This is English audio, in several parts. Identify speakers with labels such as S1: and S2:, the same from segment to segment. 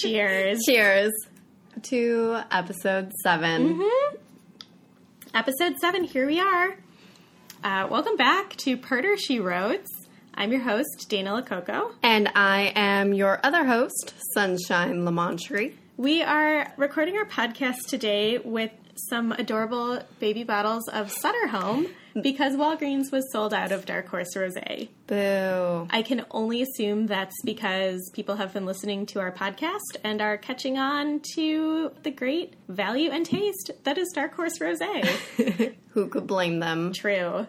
S1: Cheers.
S2: Cheers to episode 7
S1: Episode 7, here we are. Uh, welcome back to Perder She Wrote. I'm your host, Dana LaCoco.
S2: And I am your other host, Sunshine Lamontre.
S1: We are recording our podcast today with some adorable baby bottles of Sutter Home because Walgreens was sold out of Dark Horse Rosé.
S2: Boo.
S1: I can only assume that's because people have been listening to our podcast and are catching on to the great value and taste that is Dark Horse Rosé.
S2: Who could blame them?
S1: True.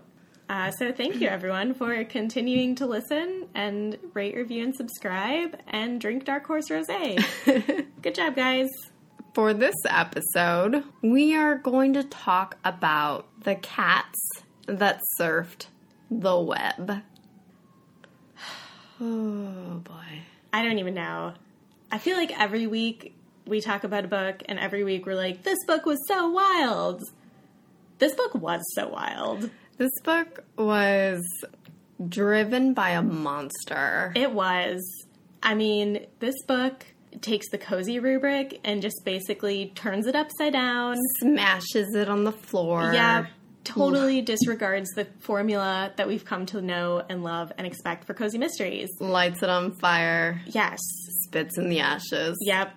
S1: Uh, so thank you everyone for continuing to listen and rate, review, and subscribe and drink Dark Horse Rosé. Good job, guys.
S2: For this episode, we are going to talk about the cats that surfed the web. Oh boy.
S1: I don't even know. I feel like every week we talk about a book, and every week we're like, "This book was so wild." This book was so wild.
S2: This book was driven by a monster.
S1: It was. I mean, this book takes the cozy rubric and just basically turns it upside down.
S2: Smashes it on the floor.
S1: Yeah, totally disregards the formula that we've come to know and love and expect for cozy mysteries.
S2: Lights it on fire.
S1: Yes.
S2: Spits in the ashes.
S1: Yep.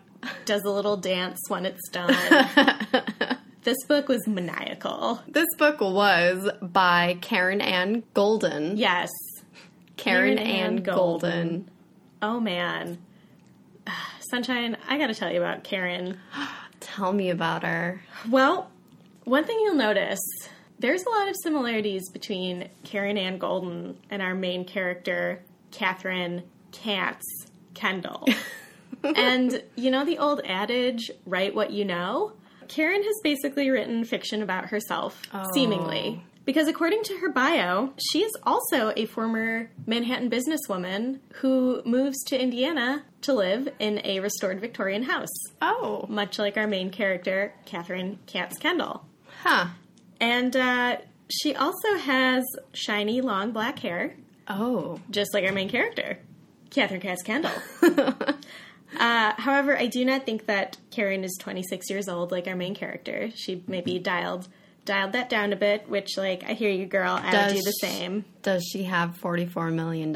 S1: Does a little dance when it's done. this book was maniacal.
S2: This book was by Karen Ann Golden.
S1: Yes.
S2: Karen,
S1: Karen
S2: Ann
S1: Ann
S2: Golden.
S1: Oh man. Sunshine, I gotta tell you about Karen.
S2: Tell me about her.
S1: Well, one thing you'll notice there's a lot of similarities between Karen Ann Golden and our main character, Catherine Katz Kendall. and you know the old adage, write what you know? Karen has basically written fiction about herself, seemingly. Because according to her bio, she is also a former Manhattan businesswoman who moves to Indiana to live in a restored Victorian house
S2: Oh.
S1: much like our main character, Catherine Katz Kendall.
S2: Huh.
S1: And uh, she also has shiny, long black hair,
S2: Oh.
S1: just like our main character, Catherine Katz Kendall. uh, however, I do not think that Karen is 26 years old, like our main character. She maybe dialed dialed that down a bit, which, like, I hear you, girl. I would do the
S2: Does-
S1: same.
S2: Does she have $44 million?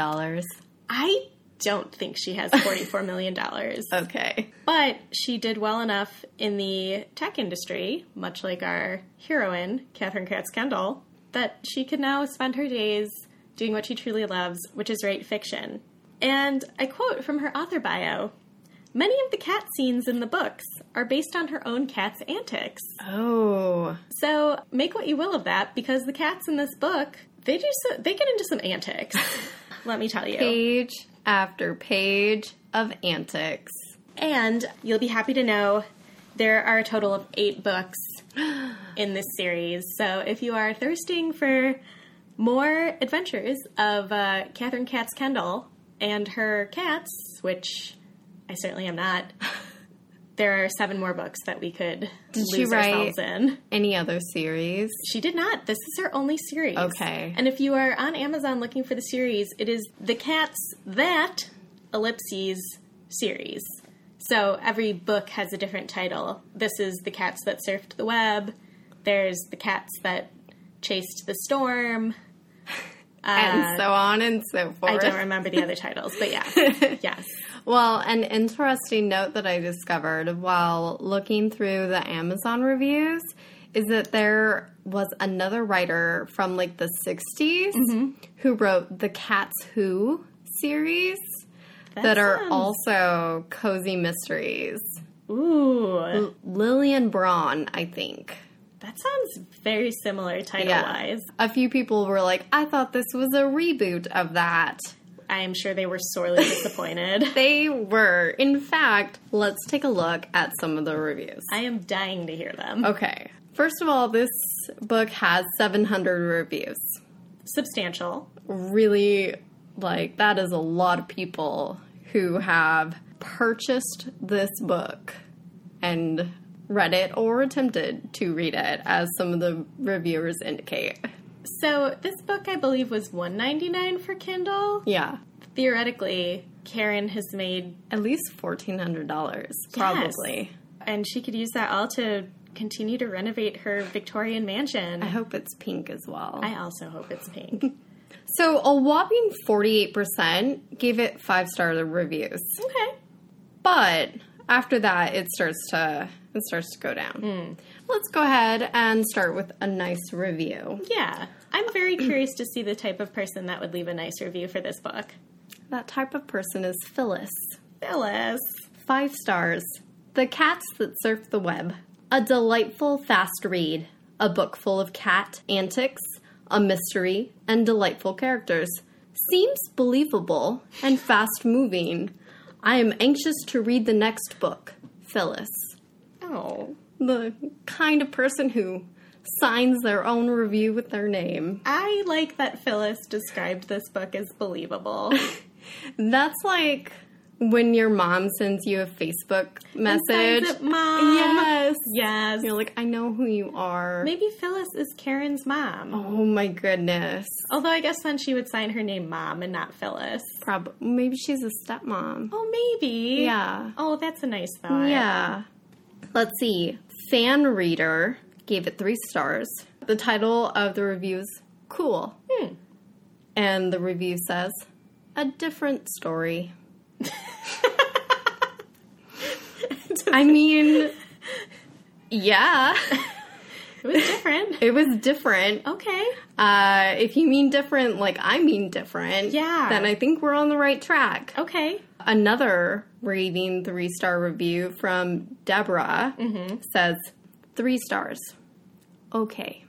S1: I don't think she has 44 million dollars.
S2: Okay.
S1: But she did well enough in the tech industry, much like our heroine, Catherine Katz Kendall, that she can now spend her days doing what she truly loves, which is write fiction. And I quote from her author bio Many of the cat scenes in the books are based on her own cat's antics.
S2: Oh.
S1: So make what you will of that, because the cats in this book, they do so, they get into some antics. Let me tell you.
S2: Page after page of antics.
S1: And you'll be happy to know there are a total of eight books in this series. So if you are thirsting for more adventures of uh, Catherine Katz Kendall and her cats, which I certainly am not, there are seven more books that we could
S2: Did
S1: lose
S2: she write-
S1: ourselves in.
S2: Any other series?
S1: She did not. This is her only series.
S2: Okay.
S1: And if you are on Amazon looking for the series, it is the Cats That Ellipses series. So every book has a different title. This is The Cats That Surfed the Web. There's The Cats That Chased the Storm. Uh,
S2: and so on and so forth.
S1: I don't remember the other titles, but yeah. yes.
S2: Well, an interesting note that I discovered while looking through the Amazon reviews is that there was another writer from like the 60s
S1: Mm-hmm.
S2: who wrote the Cats Who series that, are
S1: sounds-
S2: also cozy mysteries.
S1: Ooh.
S2: Lillian Braun, I think.
S1: That sounds very similar title wise.
S2: A few people were like, I thought this was a reboot of that.
S1: I am sure they were sorely disappointed.
S2: They were. In fact, let's take a look at some of the reviews.
S1: I am dying to hear them.
S2: Okay. First of all, this book has 700 reviews.
S1: Substantial.
S2: Really, like, that is a lot of people who have purchased this book and read it or attempted to read it, as some of the reviewers indicate.
S1: So this book, I believe, was one ninety nine for Kindle.
S2: Yeah.
S1: theoretically, Karen has made,
S2: At least $1,400, probably.
S1: and she could use that all to continue to renovate her Victorian mansion.
S2: I hope it's pink as well.
S1: I also hope it's pink.
S2: so, a whopping 48% gave it five star reviews.
S1: okay.
S2: But after that, it starts to it starts to go down. Let's go ahead and start with a nice review.
S1: Yeah. I'm very curious to see the type of person that would leave a nice review for this book.
S2: That type of person is Phyllis.
S1: Phyllis.
S2: Five stars. The cats that surf the web. A delightful fast read. A book full of cat antics, a mystery, and delightful characters. Seems believable and fast moving. I am anxious to read the next book. Phyllis.
S1: Oh.
S2: the kind of person who signs their own review with their name.
S1: I like that Phyllis described this book as believable.
S2: That's like when your mom sends you a Facebook message.
S1: Signs it, Mom.
S2: Yes.
S1: Yes.
S2: You're like, I know who you are.
S1: Maybe Phyllis is Karen's mom.
S2: oh my goodness.
S1: Although I guess then she would sign her name Mom and not Phyllis.
S2: Probably maybe she's a stepmom.
S1: Oh, maybe.
S2: Yeah.
S1: Oh, that's a nice thought.
S2: Yeah. Let's see. Fan reader gave it three stars. The title of the review is Cool.
S1: Hmm.
S2: And the review says, A different story. I mean, yeah,
S1: It was different.
S2: it was different.
S1: okay.
S2: Uh, if you mean different, like I mean different,
S1: Yeah.
S2: then I think we're on the right track.
S1: Okay.
S2: Another rating three star review from Deborah says three stars. Okay,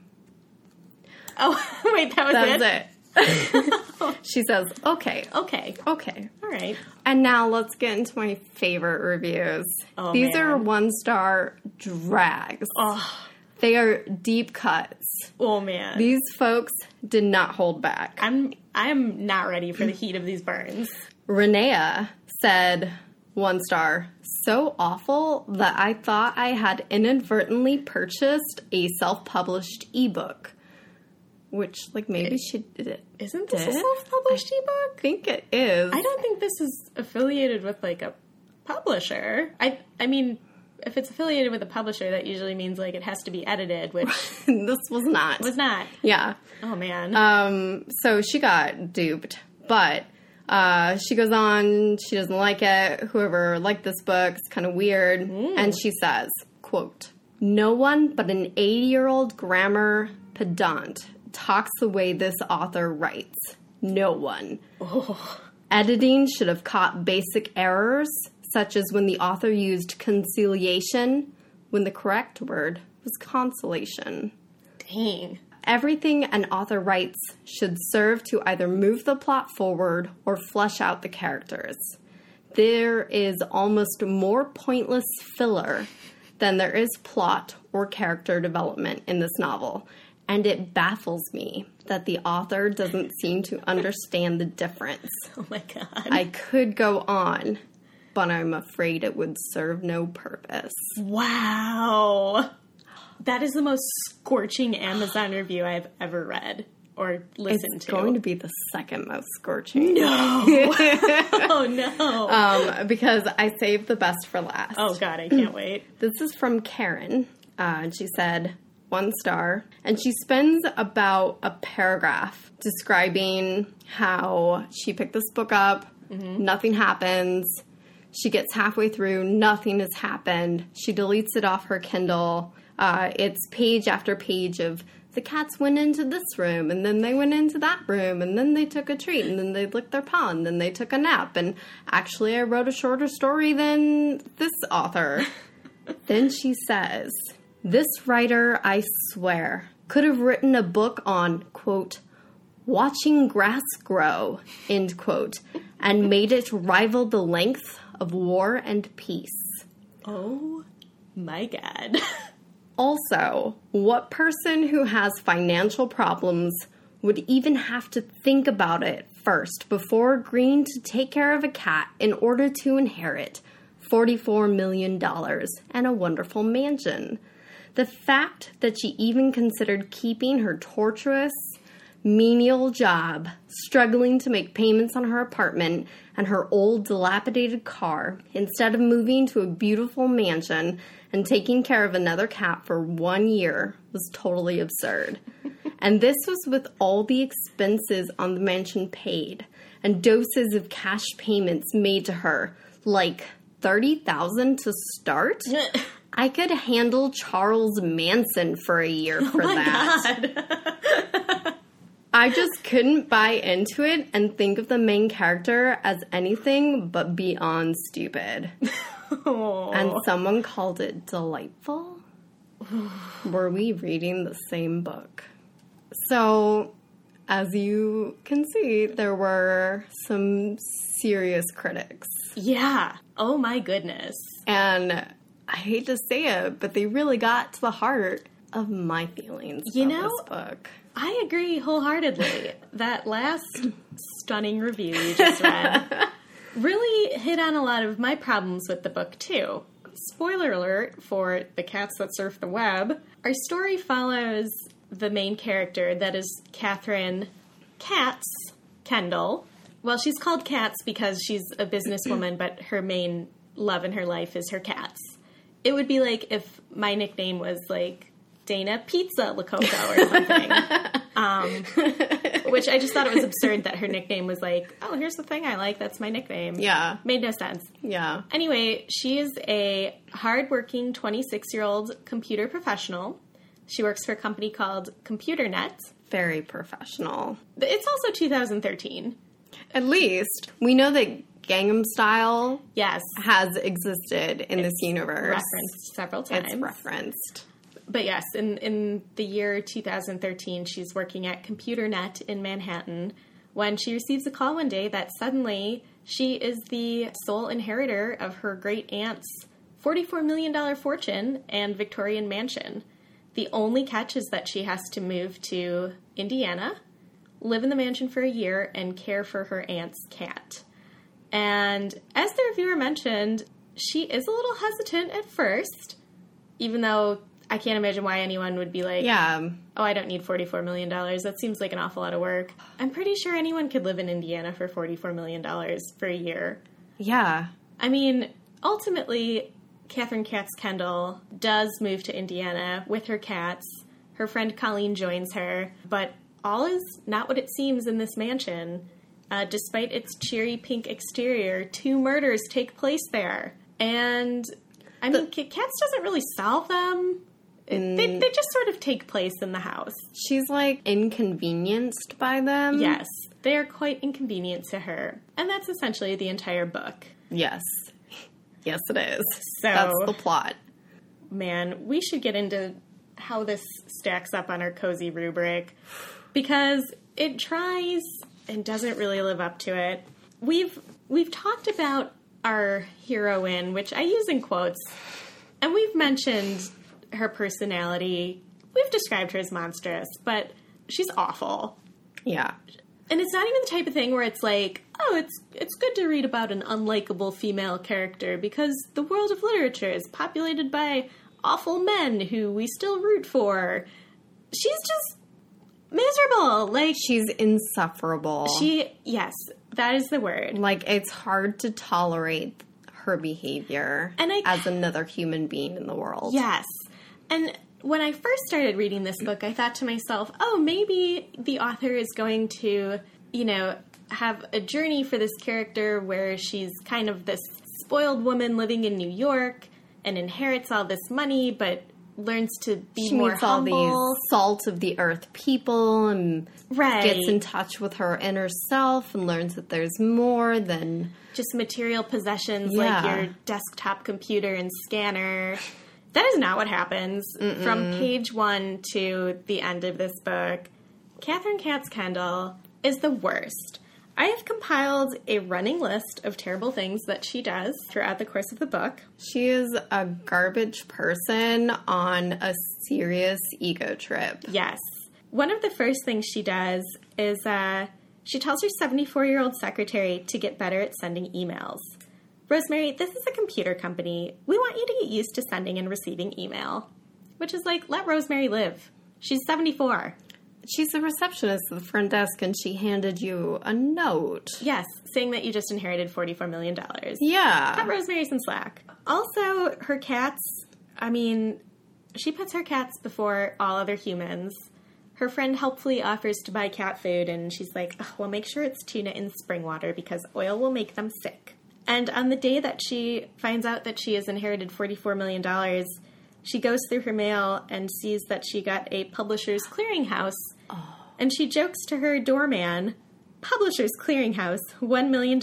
S1: Oh, wait, that was
S2: that's
S1: it?
S2: it. she says, okay,
S1: Okay.
S2: okay.
S1: All right.
S2: And now let's get into my favorite reviews.
S1: Oh,
S2: These
S1: man.
S2: are one star drags.
S1: Oh,
S2: They are deep cuts.
S1: oh man.
S2: These folks did not hold back.
S1: I'm I'm not ready for the heat of these burns.
S2: Renea said, one star, so awful that I thought I had inadvertently purchased a self published ebook. Which, like, maybe she did it.
S1: Isn't this
S2: Did
S1: a
S2: it?
S1: self-published
S2: I
S1: ebook?
S2: think it is.
S1: I don't think this is affiliated with like a publisher. I I mean, if it's affiliated with a publisher, that usually means like it has to be edited, which
S2: this was not.
S1: was not.
S2: yeah.
S1: Oh man.
S2: Um, so she got duped, but uh, she goes on. She doesn't like it. Whoever liked this book is kind of weird, and she says, "quote No one but an eighty-year-old grammar pedant talks the way this author writes. No one. Editing should have caught basic errors, such as when the author used conciliation when the correct word was consolation."
S1: Dang.
S2: Everything an author writes should serve to either move the plot forward or flesh out the characters. There is almost more pointless filler than there is plot or character development in this novel, and it baffles me that the author doesn't seem to understand the difference.
S1: Oh my god.
S2: I could go on, but I'm afraid it would serve no purpose.
S1: Wow. That is the most scorching Amazon review I've ever read or listened
S2: It's
S1: to.
S2: going to be the second most scorching.
S1: no. oh no.
S2: um, because I saved the best for last.
S1: oh god, I can't wait.
S2: This is from Karen, uh, and she said one star, and she spends about a paragraph describing how she picked this book up, nothing happens. She gets halfway through, nothing has happened. She deletes it off her Kindle. Uh, it's page after page of the cats went into this room, and then they went into that room, and then they took a treat, and then they licked their paw, and then they took a nap. And actually, I wrote a shorter story than this author. Then she says, This writer, I swear, could have written a book on, quote, watching grass grow, end quote, and made it rival the length of war and peace.
S1: Oh my god.
S2: Also, what person who has financial problems would even have to think about it first before agreeing to take care of a cat in order to inherit $44 million and a wonderful mansion? The fact that she even considered keeping her torturous, menial job, struggling to make payments on her apartment and her old dilapidated car, instead of moving to a beautiful mansion and taking care of another cat for one year was totally absurd. and this was with all the expenses on the mansion paid and doses of cash payments made to her, like 30,000 to start. I could handle Charles Manson for a year for that. I just couldn't buy into it and think of the main character as anything but beyond stupid.
S1: Oh.
S2: And someone called it delightful. Were we reading the same book? So, as you can see, there were some serious critics.
S1: yeah. Oh my goodness.
S2: And I hate to say it, but they really got to the heart of my feelings
S1: You
S2: about
S1: know-
S2: this book.
S1: I agree wholeheartedly. that last stunning review you just read really hit on a lot of my problems with the book, too. Spoiler alert for The Cats That Surf the Web. Our story follows the main character, that is Catherine Katz Kendall. Well, she's called Katz because she's a businesswoman, but her main love in her life is her cats. It would be like if my nickname was like Dana Pizza Lakota or something. um, which I just thought it was absurd that her nickname was like, oh, here's the thing I like, that's my nickname.
S2: Yeah,
S1: Made no sense.
S2: yeah.
S1: Anyway, she is a hardworking 26 year old computer professional. She works for a company called ComputerNet.
S2: Very professional.
S1: But It's also 2013.
S2: At least we know that Gangnam Style
S1: Yes.
S2: has existed in this universe.
S1: Referenced several times.
S2: It's referenced.
S1: But yes, in, in the year 2013, she's working at ComputerNet in Manhattan when she receives a call one day that suddenly she is the sole inheritor of her great aunt's $44 million fortune and Victorian mansion. The only catch is that she has to move to Indiana, live in the mansion for a year, and care for her aunt's cat. And as the reviewer mentioned, she is a little hesitant at first, even though I can't imagine why anyone would be like,
S2: Yeah.
S1: oh, I don't need $44 million. That seems like an awful lot of work. I'm pretty sure anyone could live in Indiana for $44 million for a year.
S2: Yeah.
S1: I mean, ultimately, Catherine Katz Kendall does move to Indiana with her cats. Her friend Colleen joins her, but all is not what it seems in this mansion. Uh, despite its cheery pink exterior, two murders take place there. And, I mean, Ca- Katz doesn't really solve them. They, they just sort of take place in the house.
S2: She's like inconvenienced by them.
S1: Yes, they are quite inconvenient to her. And that's essentially the entire book.
S2: Yes. Yes, it is.
S1: So-
S2: That's the plot.
S1: man, we should get into how this stacks up on our cozy rubric because it tries and doesn't really live up to it. We've we've talked about our heroine, which I use in quotes, and we've mentioned her personality. We've described her as monstrous, but she's awful.
S2: Yeah.
S1: And it's not even the type of thing where it's like, oh, it's it's good to read about an unlikable female character because the world of literature is populated by awful men who we still root for. She's just miserable. Like
S2: She's insufferable.
S1: she yes, that is the word.
S2: like it's hard to tolerate her behavior
S1: And I-
S2: as another human being in the world.
S1: Yes. And when I first started reading this book, I thought to myself, oh, maybe the author is going to, you know, have a journey for this character where she's kind of this spoiled woman living in New York and inherits all this money, but learns to be
S2: She
S1: more
S2: meets all
S1: humble.
S2: these salt of the earth people and
S1: right.
S2: gets in touch with her inner self and learns that there's more than
S1: just material possessions
S2: Yeah.
S1: like your desktop computer and scanner. That is not what happens. From page one to the end of this book, Catherine Katz Kendall is the worst. I have compiled a running list of terrible things that she does throughout the course of the book.
S2: she is a garbage person on a serious ego trip.
S1: Yes. One of the first things she does is uh, she tells her 74 year old secretary to get better at sending emails. Rosemary, this is a computer company. We want you to get used to sending and receiving email. Which is like, let Rosemary live. She's 74.
S2: she's the receptionist at the front desk and she handed you a note.
S1: Yes, saying that you just inherited $44 million. Cut
S2: Yeah.
S1: Rosemary some slack. Also, her cats, I mean, she puts her cats before all other humans. Her friend helpfully offers to buy cat food, and she's like, "Ugh, well, make sure it's tuna in spring water because oil will make them sick. And on the day that she finds out that she has inherited $44 million, she goes through her mail and sees that she got a publisher's clearinghouse. And she jokes to her doorman, Publishers Clearinghouse, $1 million,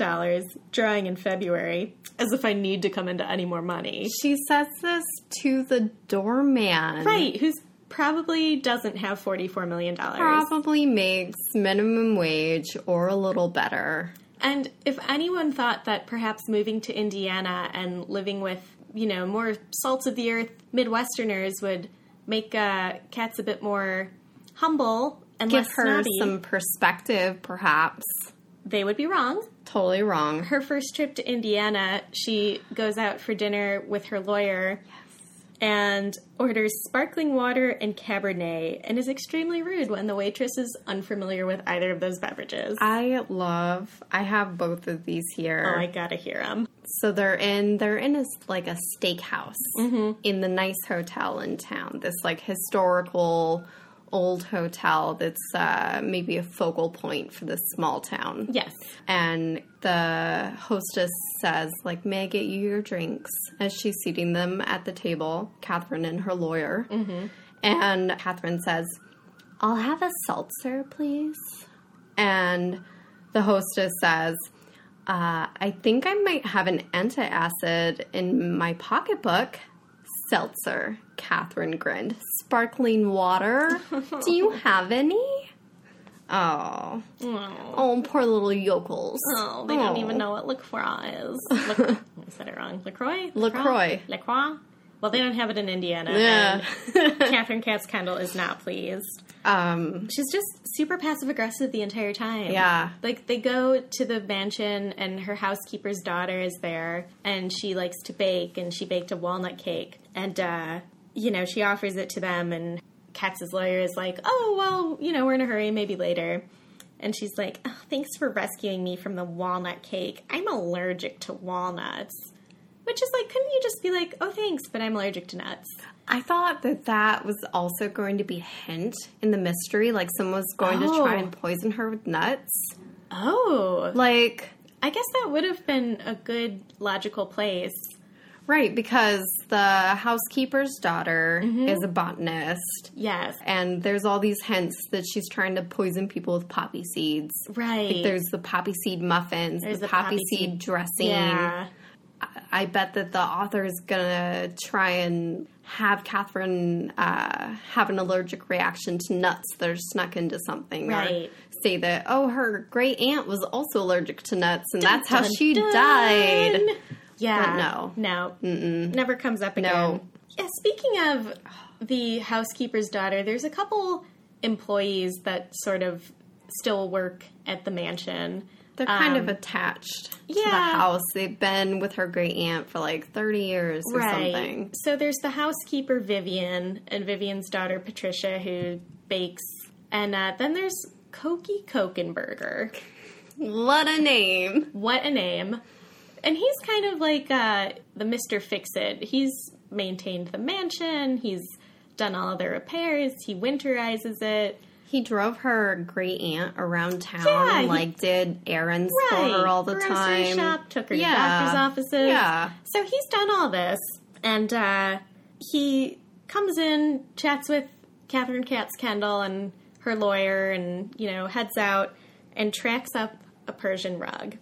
S1: drawing in February, as if I need to come into any more money.
S2: She says this to the doorman.
S1: Right, who's probably doesn't have $44 million.
S2: Probably makes minimum wage or a little better.
S1: And if anyone thought that perhaps moving to Indiana and living with, you know, more salt of the earth Midwesterners would make uh, cats a bit more humble and
S2: Give
S1: less
S2: her
S1: snobby,
S2: some perspective, perhaps.
S1: they would be wrong.
S2: Totally wrong.
S1: her first trip to Indiana, she goes out for dinner with her lawyer and orders sparkling water and Cabernet and is extremely rude when the waitress is unfamiliar with either of those beverages.
S2: I love. I have both of these here.
S1: oh, I gotta hear them.
S2: So they're in they're in a s like a steakhouse in the nice hotel in town. This like historical old hotel that's uh, maybe a focal point for this small town.
S1: Yes.
S2: And the hostess says, like, may I get you your drinks? As she's seating them at the table, Catherine and her lawyer. Mm-hmm. And Catherine says, I'll have a seltzer, please. And the hostess says, uh, I think I might have an antacid in my pocketbook. Seltzer, Catherine grinned. Sparkling water? Do you have any? Oh.
S1: Oh,
S2: Oh, poor little yokels.
S1: oh, they don't
S2: Oh.
S1: even know what LaCroix is. La- I said it wrong. LaCroix?
S2: LaCroix.
S1: LaCroix? Well, they don't have it in Indiana.
S2: Yeah.
S1: and Catherine Katz Kendall is not pleased.
S2: Um,
S1: She's just super passive aggressive the entire time.
S2: Yeah.
S1: Like they go to the mansion and her housekeeper's daughter is there and she likes to bake and she baked a walnut cake and uh you know, she offers it to them and Katz's lawyer is like, "Oh, well, you know, we're in a hurry, maybe later." And she's like, oh, "Thanks for rescuing me from the walnut cake. I'm allergic to walnuts." Which is like, couldn't you just be like, "Oh, thanks, but I'm allergic to nuts."
S2: I thought that that was also going to be a hint in the mystery, like someone was going to try
S1: Oh.
S2: and poison her with nuts.
S1: Oh.
S2: Like,
S1: I guess that would have been a good logical place.
S2: right, because the housekeeper's daughter
S1: Mm-hmm.
S2: is a botanist,
S1: Yes.
S2: and there's all these hints that she's trying to poison people with poppy seeds.
S1: Right.
S2: There's the poppy seed muffins,
S1: There's the
S2: the
S1: poppy
S2: poppy, seed, dressing.
S1: yeah.
S2: I bet that the author is gonna try and have Catherine uh, have an allergic reaction to nuts that are snuck into something, or
S1: Right.
S2: say that oh, her great aunt was also allergic to nuts, and that's how
S1: Dun,
S2: she
S1: dun.
S2: died.
S1: Yeah.
S2: no.
S1: No. Mm-mm. Never comes up again.
S2: No.
S1: Yeah, speaking of the housekeeper's daughter, there's a couple employees that sort of still work at the mansion.
S2: They're kind of attached to the
S1: Um, yeah.
S2: house. They've been with her great aunt for like thirty years or something.
S1: So there's the housekeeper Vivian and Vivian's daughter Patricia who bakes, and uh, then there's Cokie Kokenberger.
S2: What a name!
S1: What a name. And he's kind of like uh, the Mr. Fix It. He's maintained the mansion, he's done all of the repairs, he winterizes it.
S2: He drove her great aunt around town
S1: Yeah,
S2: and
S1: he-
S2: like did errands
S1: Right.
S2: for her all the
S1: Grocery
S2: time.
S1: shop, took her
S2: Yeah.
S1: to doctor's offices.
S2: Yeah.
S1: So he's done all this. And uh, he comes in, chats with Catherine Katz Kendall and her lawyer, and, you know, heads out and tracks up a Persian rug.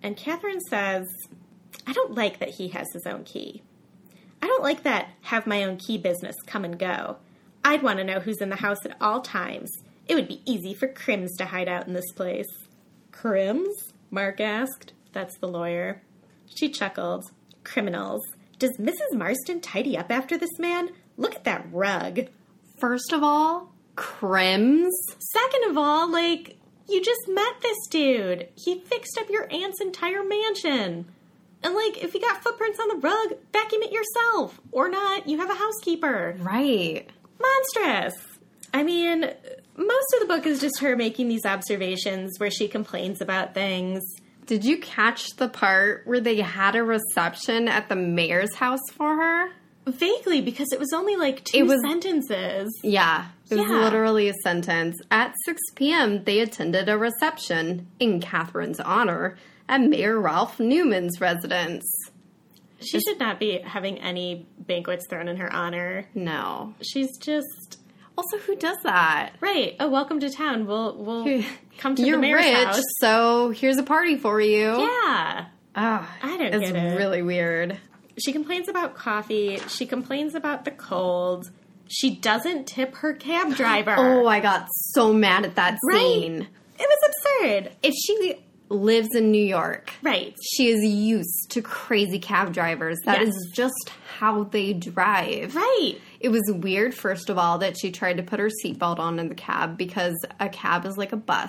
S1: And Catherine says, I don't like that he has his own key. I don't like that have my own key business come and go. I'd want to know who's in the house at all times. It would be easy for Crims to hide out in this place. Crims? Mark asked. That's the lawyer. She chuckled. Criminals. Does Mrs. Marston tidy up after this man? Look at that rug.
S2: First of all, crims.
S1: Second of all, like, you just met this dude. He fixed up your aunt's entire mansion. And, like, if you got footprints on the rug, vacuum it yourself. Or not, you have a housekeeper.
S2: Right.
S1: Monstrous. I mean, most of the book is just her making these observations where she complains about things.
S2: Did you catch the part where they had a reception at the mayor's house for her?
S1: Vaguely, because it was only like two
S2: was-
S1: sentences.
S2: Yeah, it was
S1: Yeah.
S2: literally a sentence. At 6 p.m., they attended a reception in Catherine's honor at Mayor Ralph Newman's residence.
S1: She should not be having any banquets thrown in her honor.
S2: No.
S1: She's just
S2: Also, who does that?
S1: right. Oh, welcome to town. We'll we'll come to
S2: You're
S1: the mayor's
S2: rich,
S1: house.
S2: so here's a party for you.
S1: Yeah,
S2: Ah,
S1: I don't
S2: it's
S1: get it.
S2: really weird.
S1: she complains about coffee. She complains about the cold. She doesn't tip her cab driver.
S2: Oh, I got so mad at that
S1: Right.
S2: scene.
S1: it was absurd.
S2: If she lives in New York,
S1: Right.
S2: she is used to crazy cab drivers. That is
S1: Yes.
S2: just how they drive.
S1: Right.
S2: It was weird, first of all, that she tried to put her seatbelt on in the cab because a cab is like a bus.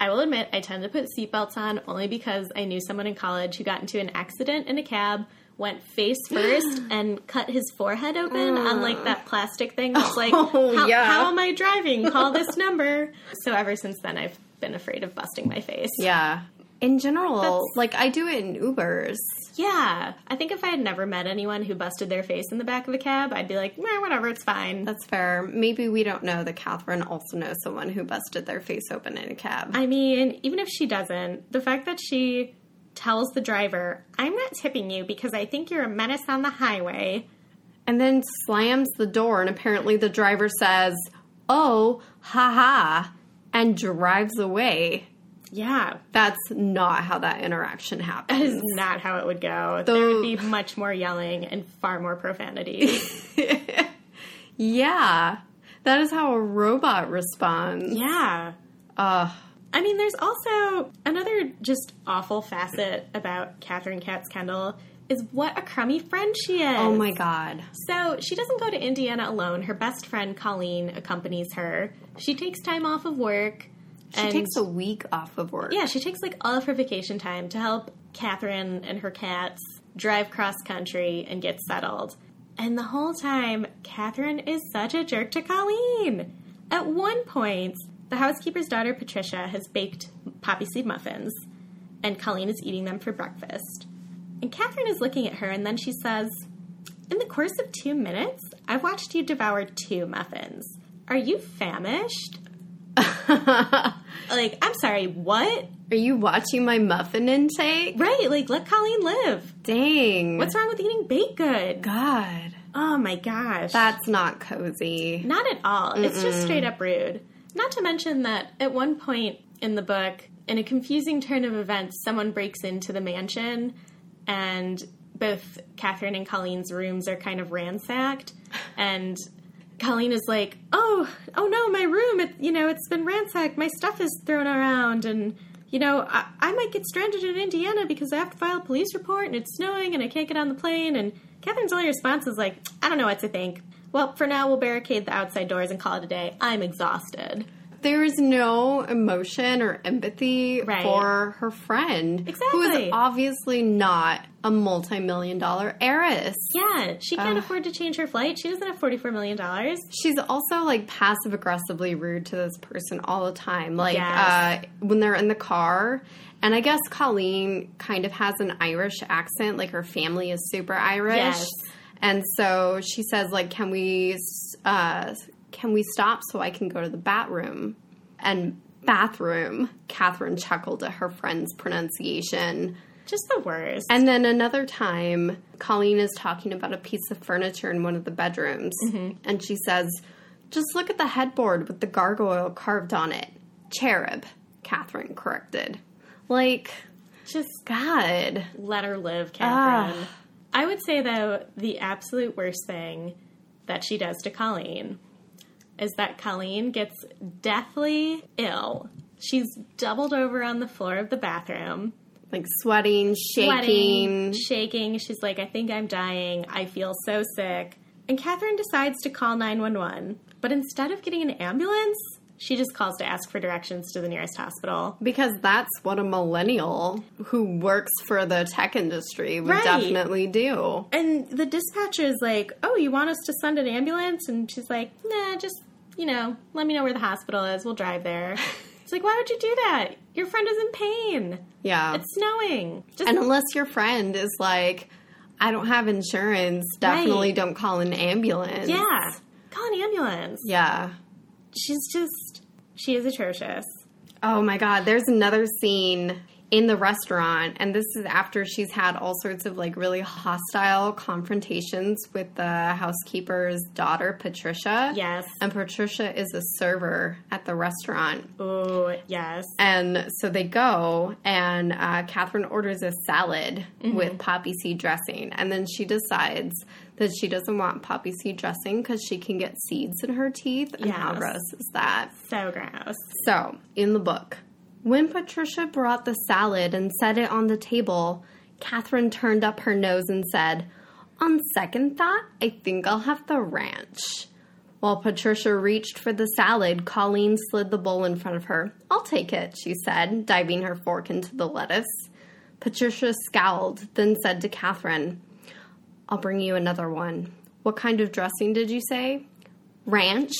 S1: I will admit, I tend to put seatbelts on only because I knew someone in college who got into an accident in a cab, went face first, and cut his forehead open on like that plastic thing. It's like,
S2: Oh,
S1: how,
S2: yeah.
S1: how am I driving? Call this number. So ever since then, I've been afraid of busting my face.
S2: Yeah. In general,
S1: That's-
S2: like I do it in Ubers.
S1: Yeah. I think if I had never met anyone who busted their face in the back of a cab, I'd be like, "Meh, whatever, it's fine.
S2: That's fair. Maybe we don't know that Catherine also knows someone who busted their face open in a cab.
S1: I mean, even if she doesn't, the fact that she tells the driver, I'm not tipping you because I think you're a menace on the highway.
S2: And then slams the door, and apparently the driver says, Oh, haha, and drives away.
S1: Yeah,
S2: That's not how that interaction happened.
S1: That is not how it would go. there would be much more yelling and far more profanity.
S2: Yeah. That is how a robot responds.
S1: yeah.
S2: Ugh.
S1: I mean, there's also another just awful facet about Catherine Katz Kendall is what a crummy friend she is.
S2: Oh my god.
S1: So she doesn't go to Indiana alone. Her best friend Colleen accompanies her. She takes time off of work.
S2: She takes a week off of work.
S1: Yeah, she takes like all of her vacation time to help Catherine and her cats drive cross country and get settled. And the whole time, Catherine is such a jerk to Colleen. At one point, the housekeeper's daughter Patricia has baked poppy seed muffins, and Colleen is eating them for breakfast. And Catherine is looking at her, and then she says, In the course of two minutes, I've watched you devour two muffins. Are you famished? Like, I'm sorry, what?
S2: Are you watching my muffin intake?
S1: Right, like let Colleen live.
S2: Dang.
S1: What's wrong with eating baked goods?
S2: god?
S1: Oh my gosh.
S2: That's not cozy.
S1: Not at all. It's just straight up rude. Not to mention that at one point in the book, in a confusing turn of events, someone breaks into the mansion and both Catherine and Colleen's rooms are kind of ransacked and Colleen is like, "Oh, oh no, my room, it, you know, it's been ransacked. My stuff is thrown around and you know, I, I might get stranded in Indiana because I have to file a police report and it's snowing and I can't get on the plane. And Catherine's only response is like, I don't know what to think. Well, for now, we'll barricade the outside doors and call it a day. I'm exhausted.
S2: There is no emotion or empathy
S1: Right.
S2: for her friend. Who is
S1: Exactly.
S2: obviously not a multi million dollar heiress.
S1: Yeah, she can't afford to change her flight. She doesn't have $44 million.
S2: She's also like passive aggressively rude to this person all the time. Like
S1: Yes.
S2: uh, when they're in the car, and I guess Colleen kind of has an Irish accent. Like her family is super Irish,
S1: Yes.
S2: and so she says like, "Can we, uh, can we stop so I can go to the bathroom?" And bathroom. Catherine chuckled at her friend's pronunciation.
S1: Just the worst.
S2: And then another time, Colleen is talking about a piece of furniture in one of the bedrooms.
S1: Mm-hmm.
S2: And she says, Just look at the headboard with the gargoyle carved on it. Cherub, Catherine corrected. Like,
S1: just
S2: God.
S1: let her live, Catherine. I would say, though, the absolute worst thing that she does to Colleen is that Colleen gets deathly ill. She's doubled over on the floor of the bathroom,
S2: Like, sweating,
S1: sweating,
S2: shaking.
S1: shaking. She's like, I think I'm dying. I feel so sick. And Catherine decides to call 911, but instead of getting an ambulance, she just calls to ask for directions to the nearest hospital.
S2: Because that's what a millennial who works for the tech industry would
S1: Right.
S2: definitely do.
S1: And the dispatcher is like, "Oh, you want us to send an ambulance?" And she's like, "Nah, just you know, let me know where the hospital is. We'll drive there. It's like, why would you do that? Your friend is in pain.
S2: Yeah.
S1: It's snowing. Just
S2: and unless your friend is like, I don't have insurance, definitely
S1: Right.
S2: don't call an ambulance.
S1: yeah, call an ambulance.
S2: Yeah.
S1: She's just she is atrocious.
S2: Oh my God. There's another scene in the restaurant, and this is after she's had all sorts of like really hostile confrontations with the housekeeper's daughter, Patricia.
S1: Yes.
S2: And Patricia is a server at the restaurant.
S1: Oh yes.
S2: And so they go, and uh, Catherine orders a salad
S1: Mm-hmm.
S2: with poppy seed dressing. And then she decides that she doesn't want poppy seed dressing because she can get seeds in her teeth. And how
S1: Yes.
S2: gross is that?
S1: So gross.
S2: So, in the book, when Patricia brought the salad and set it on the table, Catherine turned up her nose and said, On second thought, I think I'll have the ranch. While Patricia reached for the salad, Colleen slid the bowl in front of her. I'll take it, she said, diving her fork into the lettuce. Patricia scowled, then said to Catherine, I'll bring you another one. What kind of dressing did you say? Ranch?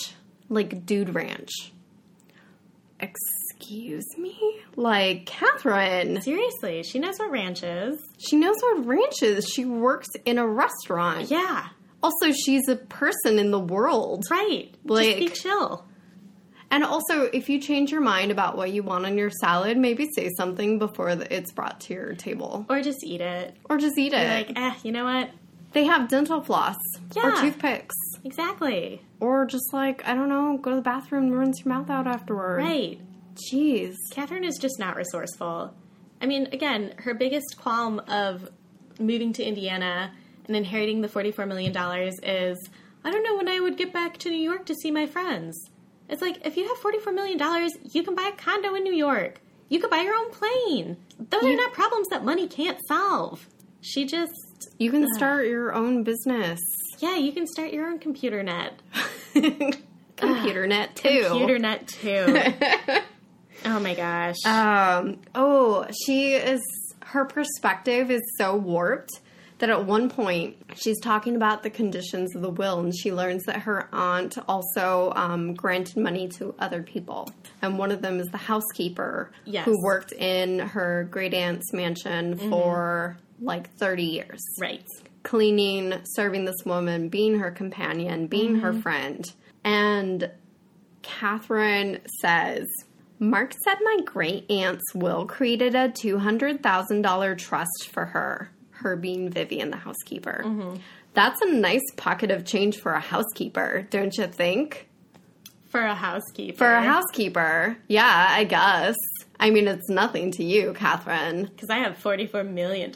S2: Like dude ranch. Excuse me? Like, Catherine,
S1: Seriously, she knows what ranch is.
S2: she knows what ranch is. She works in a restaurant.
S1: Yeah.
S2: Also, she's a person in the world.
S1: Right. just
S2: Like-
S1: be chill.
S2: And also, if you change your mind about what you want on your salad, maybe say something before the, it's brought to your table.
S1: Or just eat it.
S2: Or just eat it.
S1: Like, eh, you know what?
S2: they have dental floss or
S1: Yeah.
S2: toothpicks.
S1: Exactly.
S2: Or just like, I don't know, go to the bathroom and rinse your mouth out afterward.
S1: Right.
S2: Jeez.
S1: Catherine is just not resourceful. I mean, again, her biggest qualm of moving to Indiana and inheriting the $44 million is I don't know when I would get back to New York to see my friends. It's like, if you have $44 million, you can buy a condo in New York. You could buy your own plane. Those are not problems that money can't solve. She just,
S2: You can start your own business.
S1: yeah, you can start your own computer net.
S2: Computer net too.
S1: Computer net, too. oh my gosh.
S2: Um, oh, she is, her perspective is so warped that at one point she's talking about the conditions of the will and she learns that her aunt also um, granted money to other people. And one of them is the housekeeper
S1: Yes. Mm-hmm.
S2: who worked in her great aunt's mansion for like 30 years.
S1: right.
S2: Cleaning, serving this woman, being her companion, being her friend. And Catherine says, Mark said my great aunt's will created a $200,000 trust for her, her being Vivian, the housekeeper. That's a nice pocket of change for a housekeeper, don't you think?
S1: For a housekeeper.
S2: For a housekeeper, yeah, I guess. I mean, it's nothing to you, Catherine.
S1: Because I have $44 million.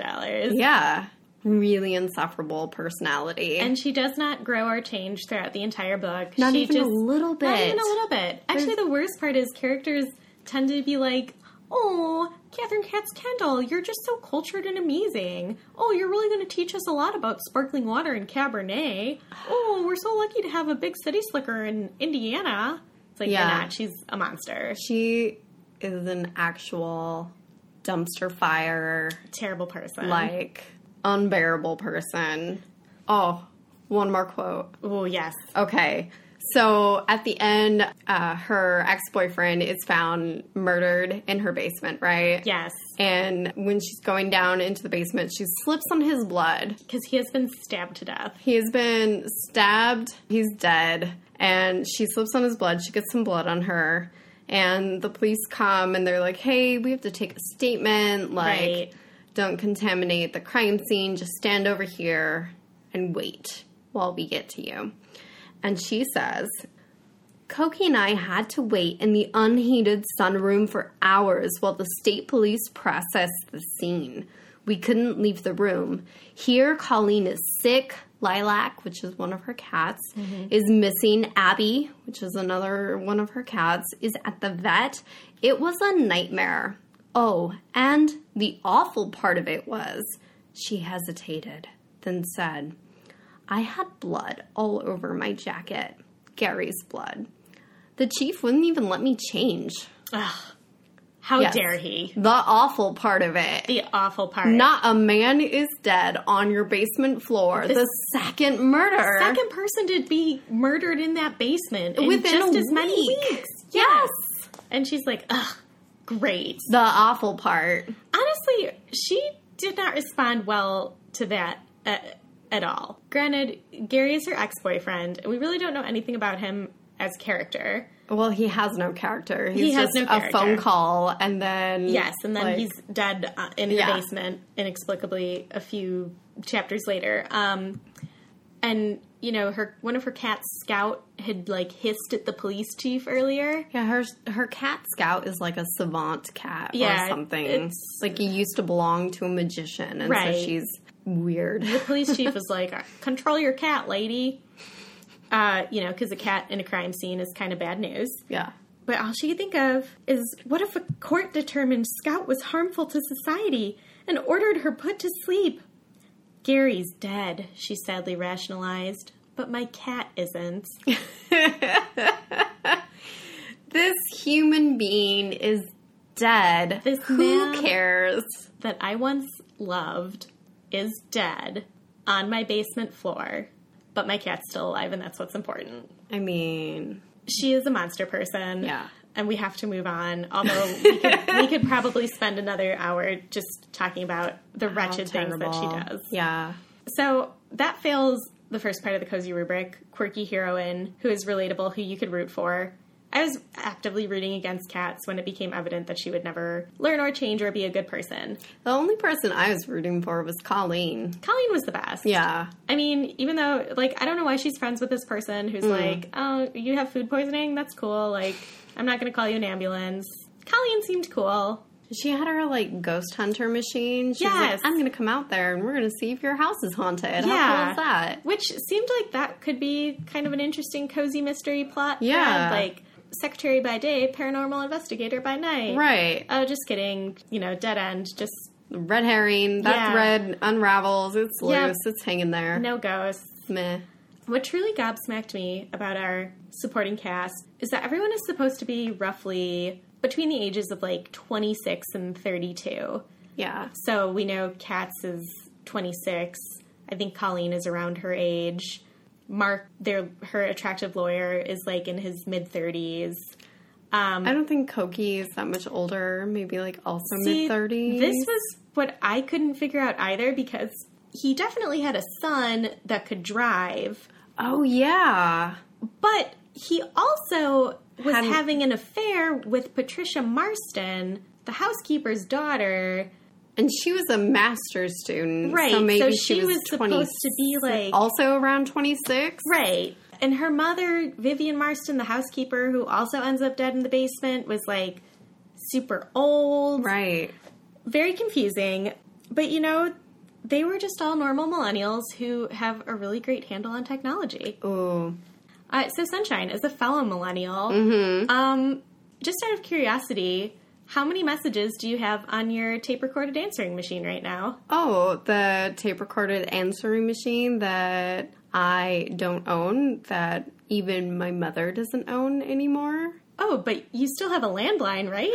S2: Yeah, really insufferable personality.
S1: And she does not grow or change throughout the entire book.
S2: not
S1: she
S2: even a little bit.
S1: Not even a little bit. Actually, the worst part is characters tend to be like, oh, Catherine Katz Kendall, you're just so cultured and amazing. Oh, you're really going to teach us a lot about sparkling water and Cabernet. Oh, we're so lucky to have a big city slicker in Indiana. It's like,
S2: Yeah.
S1: you're not. She's a monster.
S2: She is an actual dumpster fire,
S1: Terrible person.
S2: like unbearable person. Oh, one more quote.
S1: oh, yes.
S2: Okay. So at the end, uh, her ex boyfriend is found murdered in her basement, right?
S1: Yes.
S2: And when she's going down into the basement, she slips on his blood.
S1: Because he has been stabbed to death.
S2: He has been stabbed. He's dead. And she slips on his blood. She gets some blood on her. And the police come and they're like, hey, we have to take a statement. Like,
S1: Right.
S2: don't contaminate the crime scene. Just stand over here and wait while we get to you. And she says, Koki and I had to wait in the unheated sunroom for hours while the state police processed the scene. We couldn't leave the room. Here, Colleen is sick. Lilac, which is one of her cats, is missing. Abby, which is another one of her cats, is at the vet. It was a nightmare. Oh, and the awful part of it was she hesitated, then said, I had blood all over my jacket. Gary's blood. The chief wouldn't even let me change.
S1: Ugh. How
S2: Yes.
S1: dare he?
S2: The awful part of it.
S1: The awful part.
S2: Not a man is dead on your basement floor. The, second murder.
S1: second person to be murdered in that basement in
S2: Within
S1: just
S2: a
S1: as many
S2: week.
S1: weeks.
S2: Yes.
S1: And she's like, ugh, great.
S2: The awful part.
S1: Honestly, she did not respond well to that at, at all. Granted, Gary is her ex boyfriend, and we really don't know anything about him as character.
S2: Well, he has no character. He's
S1: He has no
S2: just a phone
S1: character.
S2: call and then
S1: Yes, and then
S2: like,
S1: he's dead uh, in
S2: Yeah.
S1: the basement inexplicably a few chapters later. Um, and you know, her one of her cats, Scout, had like hissed at the police chief earlier.
S2: yeah, her her cat scout is like a savant cat
S1: Yeah,
S2: or something.
S1: it's-
S2: Like he used to belong to a magician, and
S1: Right.
S2: so she's weird.
S1: The police chief was like, "Control your cat, lady." Uh, you know, because a cat in a crime scene is kind of bad news.
S2: yeah,
S1: But all she could think of is what if a court determined Scout was harmful to society and ordered her put to sleep? Gary's dead, she sadly rationalized, but my cat isn't.
S2: this human being is dead.
S1: This
S2: Who
S1: man-
S2: cares?
S1: that I once loved is dead on my basement floor, but my cat's still alive, and that's what's important.
S2: I mean,
S1: She is a monster person.
S2: Yeah.
S1: And we have to move on, although we could, we could probably spend another hour just talking about the
S2: how
S1: wretched things that she
S2: terrible.
S1: does.
S2: Yeah,
S1: So that fails the first part of the cozy rubric quirky heroine who is relatable, who you could root for. I was actively rooting against cats when it became evident that she would never learn or change or be a good person.
S2: the only person I was rooting for was Colleen.
S1: Colleen was the best.
S2: Yeah,
S1: I mean, even though, like, I don't know why she's friends with this person
S2: Hmm.
S1: who's like, oh, you have food poisoning? That's cool. Like, I'm not going to call you an ambulance. Colleen seemed cool.
S2: She had her like ghost hunter machine. She's
S1: Yes.
S2: like, I'm gonna come out there and we're gonna see if your house is haunted. How
S1: Yeah.
S2: cool is that?
S1: Which seemed like that could be kind of an interesting cozy mystery plot. thread,
S2: Yeah.
S1: Like secretary by day, paranormal investigator by night.
S2: Right.
S1: Oh, just kidding. You know, dead end. Just
S2: Red herring, that
S1: Yeah.
S2: thread unravels, it's loose,
S1: Yeah.
S2: it's hanging there.
S1: no ghosts.
S2: Meh.
S1: What truly gobsmacked me about our supporting cast is that everyone is supposed to be roughly between the ages of like 26 and 32.
S2: Yeah.
S1: So we know Katz is 26. I think Colleen is around her age. Mark, their her attractive lawyer, is like in his mid 30s. Um,
S2: I don't think Koki is that much older, maybe like also
S1: See,
S2: mid thirties.
S1: This was what I couldn't figure out either because he definitely had a son that could drive,
S2: Oh yeah.
S1: but he also was
S2: Hadn't-
S1: having an affair with Patricia Marston, the housekeeper's daughter.
S2: And she was a master's student.
S1: Right.
S2: So maybe
S1: so
S2: she, was, twenty
S1: supposed to be like
S2: also around twenty six.
S1: Right. And her mother, Vivian Marston, the housekeeper, who also ends up dead in the basement, was like super old.
S2: Right.
S1: Very confusing. But you know, they were just all normal millennials who have a really great handle on technology.
S2: Ooh.
S1: Uh, so, Sunshine, as a fellow millennial, um, just out of curiosity, how many messages do you have on your tape recorded answering machine right now?
S2: Oh, the tape recorded answering machine that I don't own, that even my mother doesn't own anymore.
S1: Oh, but you still have a landline, right?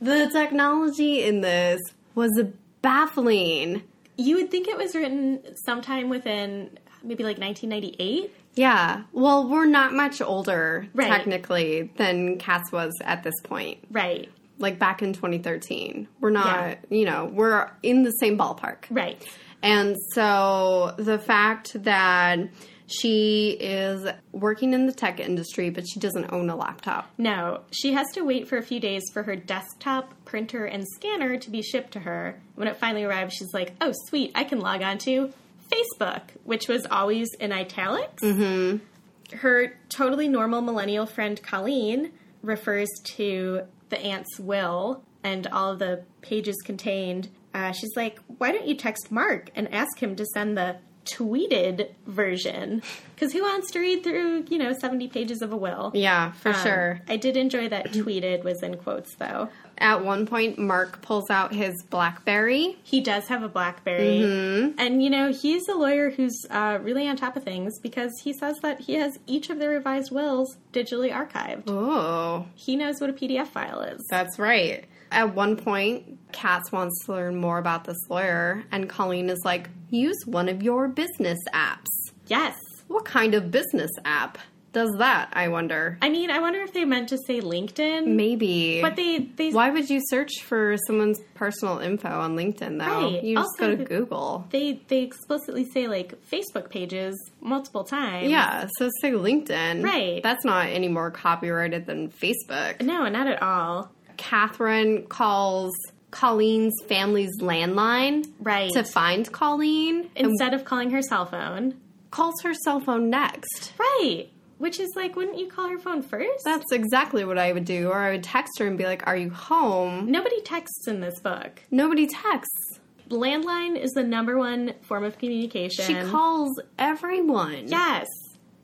S2: The technology in this was baffling.
S1: You would think it was written sometime within maybe like 1998.
S2: Yeah, well, we're not much older
S1: Right.
S2: technically than Cass was at this point.
S1: Right,
S2: Like back in 2013. We're not,
S1: Yeah.
S2: you know, we're in the same ballpark.
S1: right.
S2: And so the fact that she is working in the tech industry, but she doesn't own a laptop.
S1: No, she has to wait for a few days for her desktop, printer, and scanner to be shipped to her. When it finally arrives, she's like, oh, sweet, I can log on to Facebook, which was always in italics. Mm-hmm. Her totally normal millennial friend Colleen refers to the aunt's will and all the pages contained. Uh, she's like, why don't you text Mark and ask him to send the tweeted version Because who wants to read through, you know, 70 pages of a will?
S2: Yeah, for
S1: Um,
S2: sure.
S1: I did enjoy that tweeted was in quotes, though.
S2: At one point, Mark pulls out his Blackberry.
S1: He does have a Blackberry.
S2: Mm-hmm.
S1: And, you know, he's a lawyer who's uh, really on top of things because he says that he has each of the revised wills digitally archived.
S2: Oh,
S1: He knows what a PDF file is.
S2: that's right. At one point, Katz wants to learn more about this lawyer, and Colleen is like, use one of your business apps.
S1: Yes.
S2: What kind of business app does that, I wonder?
S1: I mean, I wonder if they meant to say LinkedIn,
S2: Maybe.
S1: but they, they,
S2: Why would you search for someone's personal info on LinkedIn, though?
S1: Right.
S2: You just
S1: Also-
S2: go to Google.
S1: they, they explicitly say like Facebook pages multiple times.
S2: Yeah, so say LinkedIn.
S1: Right.
S2: That's not any more copyrighted than Facebook.
S1: No, not at all.
S2: Catherine calls Colleen's family's landline
S1: Right.
S2: to find Colleen and
S1: Instead of calling her cell phone.
S2: calls her cell phone next.
S1: Right. Which is like, wouldn't you call her phone first?
S2: That's exactly what I would do. Or I would text her and be like, Are you home?
S1: Nobody texts in this book.
S2: Nobody texts.
S1: Landline is the number one form of communication.
S2: She calls everyone.
S1: Yes.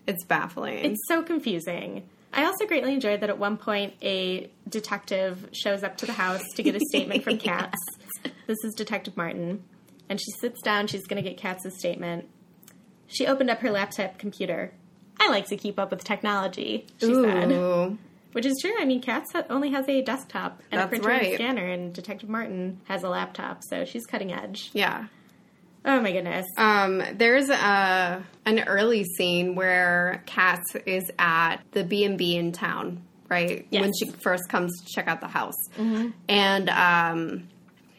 S2: It's baffling.
S1: It's so confusing. I also greatly enjoyed that at one point a detective shows up to the house to get a statement from Katz. This is Detective Martin. And she sits down, she's going to get Katz's statement. She opened up her laptop computer. I like to keep up with technology, she said.
S2: Ooh.
S1: Which is true. I mean, Katz ha- only has a desktop and a
S2: That's
S1: printer and
S2: right.
S1: scanner, and Detective Martin has a laptop, so she's cutting edge.
S2: Yeah.
S1: Oh my goodness.
S2: Um, there's a an early scene where Katz is at the B and B in town, right?
S1: Yes. Mm-hmm.
S2: When she first comes to check out the house, and um,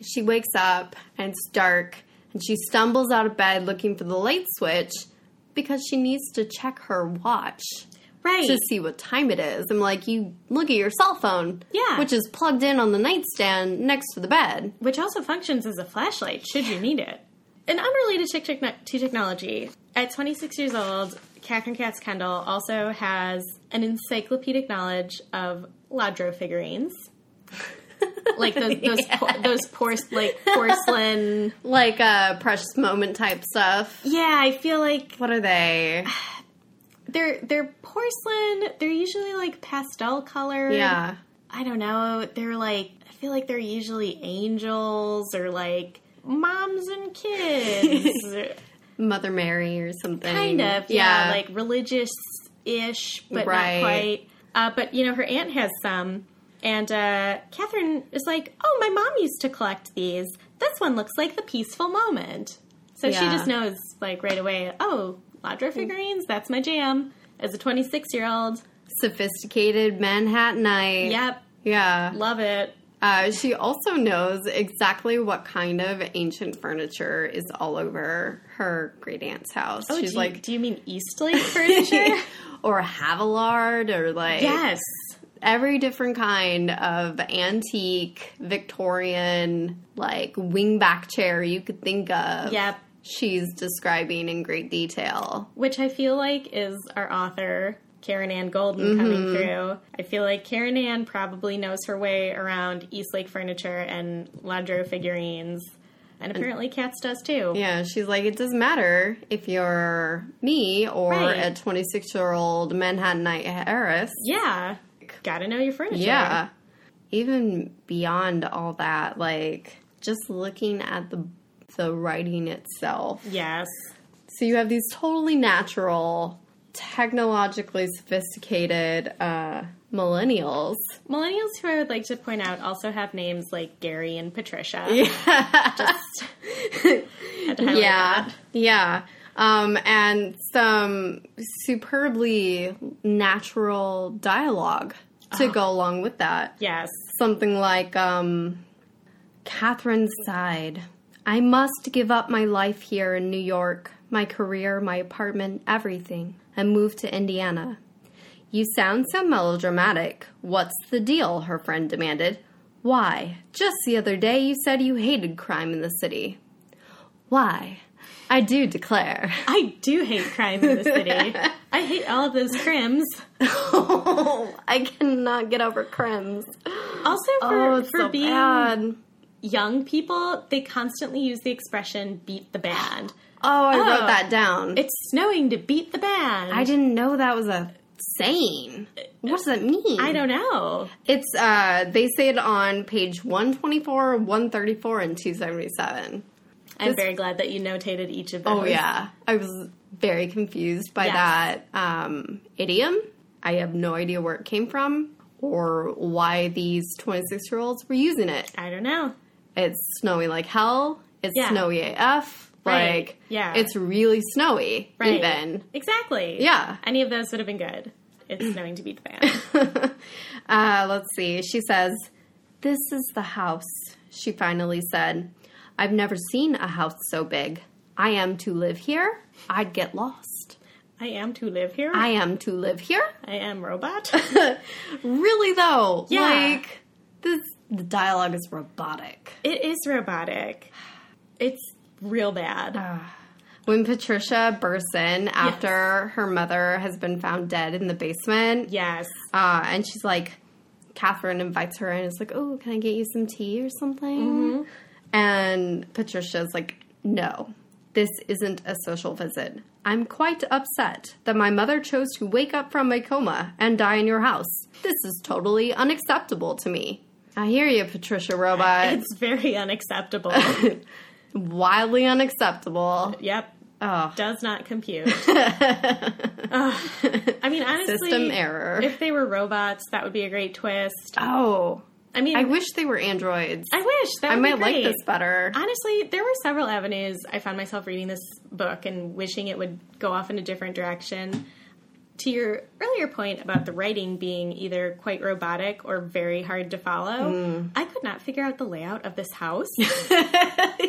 S2: she wakes up and it's dark, and she stumbles out of bed looking for the light switch because she needs to check her watch
S1: right.
S2: to see what time it is. I'm like, you look at your cell phone,
S1: Yeah.
S2: which is plugged in on the nightstand next to the bed.
S1: Which also functions as a flashlight, should you need it. And unrelated to, techno- to technology, at 26 years old, Catherine Katz Kendall also has an encyclopedic knowledge of Ladro figurines. like those those, por- those porce- like porcelain.
S2: Like uh, precious moment type stuff.
S1: Yeah, I feel like
S2: What are they?
S1: they're they're porcelain. They're usually like pastel color.
S2: Yeah.
S1: I don't know. They're like I feel like they're usually angels or like moms and kids.
S2: Mother Mary or something.
S1: kind of. Yeah, like religious ish, but
S2: Right.
S1: not quite. Uh, but you know, her aunt has some. And uh, Catherine is like, "Oh, my mom used to collect these. This one looks like the peaceful moment." So she
S2: Yeah. Hmm.
S1: just knows, like right away. Oh, Ladra figurines. That's my jam. As a 26 year old,
S2: sophisticated Manhattanite.
S1: Yep.
S2: Yeah.
S1: Love it.
S2: Uh, she also knows exactly what kind of ancient furniture is all over her great aunt's house.
S1: Oh,
S2: She's
S1: do you,
S2: like,
S1: do you mean Eastlake furniture?
S2: or Havillard, or like
S1: yes.
S2: every different kind of antique Victorian, like wingback chair you could think of.
S1: Yep.
S2: She's describing in great detail.
S1: Which I feel like is our author, Karen Ann
S2: Mm-hmm.
S1: Golden, coming through. I feel like Karen Ann probably knows her way around Eastlake furniture and Landro figurines. And apparently, Katz does too.
S2: Yeah, she's like, it doesn't matter if you're me or
S1: Right.
S2: a 26 year old Manhattanite heiress.
S1: Yeah. Gotta know your furniture.
S2: Yeah. Even beyond all that, like just looking at the the writing itself.
S1: Yes.
S2: So you have these totally natural, technologically sophisticated uh, millennials.
S1: Millennials who I would like to point out also have names like Gary and Patricia. Just had to highlight
S2: Yeah,
S1: that.
S2: yeah. Um, and some superbly natural dialogue to go along with that.
S1: Yes.
S2: Something like, um, Catherine sighed. I must give up my life here in New York, my career, my apartment, everything, and move to Indiana. You sound so melodramatic. What's the deal? her friend demanded. Why? Just the other day you said you hated crime in the city. Why? I do declare.
S1: I do hate crime in the city. I hate all of those crims.
S2: I cannot get over crimes.
S1: Also, for,
S2: Oh, it's
S1: for
S2: so
S1: being
S2: bad.
S1: young people, they constantly use the expression beat the band.
S2: Oh, I
S1: Oh.
S2: wrote that down.
S1: It's snowing to beat the band.
S2: I didn't know that was a saying. What does it mean?
S1: I don't know.
S2: It's uh they say it on page 124, 134 and 277.
S1: I'm very glad that you notated each of those.
S2: Oh yeah. I was very confused by
S1: Yes.
S2: that um idiom. I have no idea where it came from or why these 26-year-olds were using it.
S1: I don't know.
S2: It's snowy like hell. It's
S1: Yeah.
S2: snowy AF.
S1: Right.
S2: Like
S1: Yeah.
S2: it's really snowy
S1: Right.
S2: even.
S1: Exactly.
S2: Yeah.
S1: Any of those would have been good. It's snowing to beat the band.
S2: Uh, let's see. She says, This is the house, she finally said. I've never seen a house so big. I am to live here. I'd get lost.
S1: I am to live here.
S2: I am to live here.
S1: I am robot.
S2: Really, though,
S1: Yeah.
S2: like, this, the dialogue is robotic.
S1: it is robotic. It's real bad.
S2: Oh. When Patricia bursts in after her mother has been found dead in the basement,
S1: yes.
S2: Uh, and she's like, Catherine invites her and is like, oh, can I get you some tea or something? And Patricia's like, no, this isn't a social visit. I'm quite upset that my mother chose to wake up from a coma and die in your house. This is totally unacceptable to me. I hear you, Patricia Robot.
S1: It's very unacceptable.
S2: Wildly unacceptable.
S1: yep.
S2: Oh,
S1: Does not compute. Ugh. I mean, honestly,
S2: system error.
S1: If they were robots, that would be a great twist.
S2: Oh,
S1: I mean,
S2: I wish they were androids.
S1: I wish that
S2: I
S1: would be
S2: might like
S1: great.
S2: this better.
S1: Honestly, there were several avenues I found myself reading this book and wishing it would go off in a different direction. To your earlier point about the writing being either quite robotic or very hard to follow,
S2: Hmm.
S1: I could not figure out the layout of this house.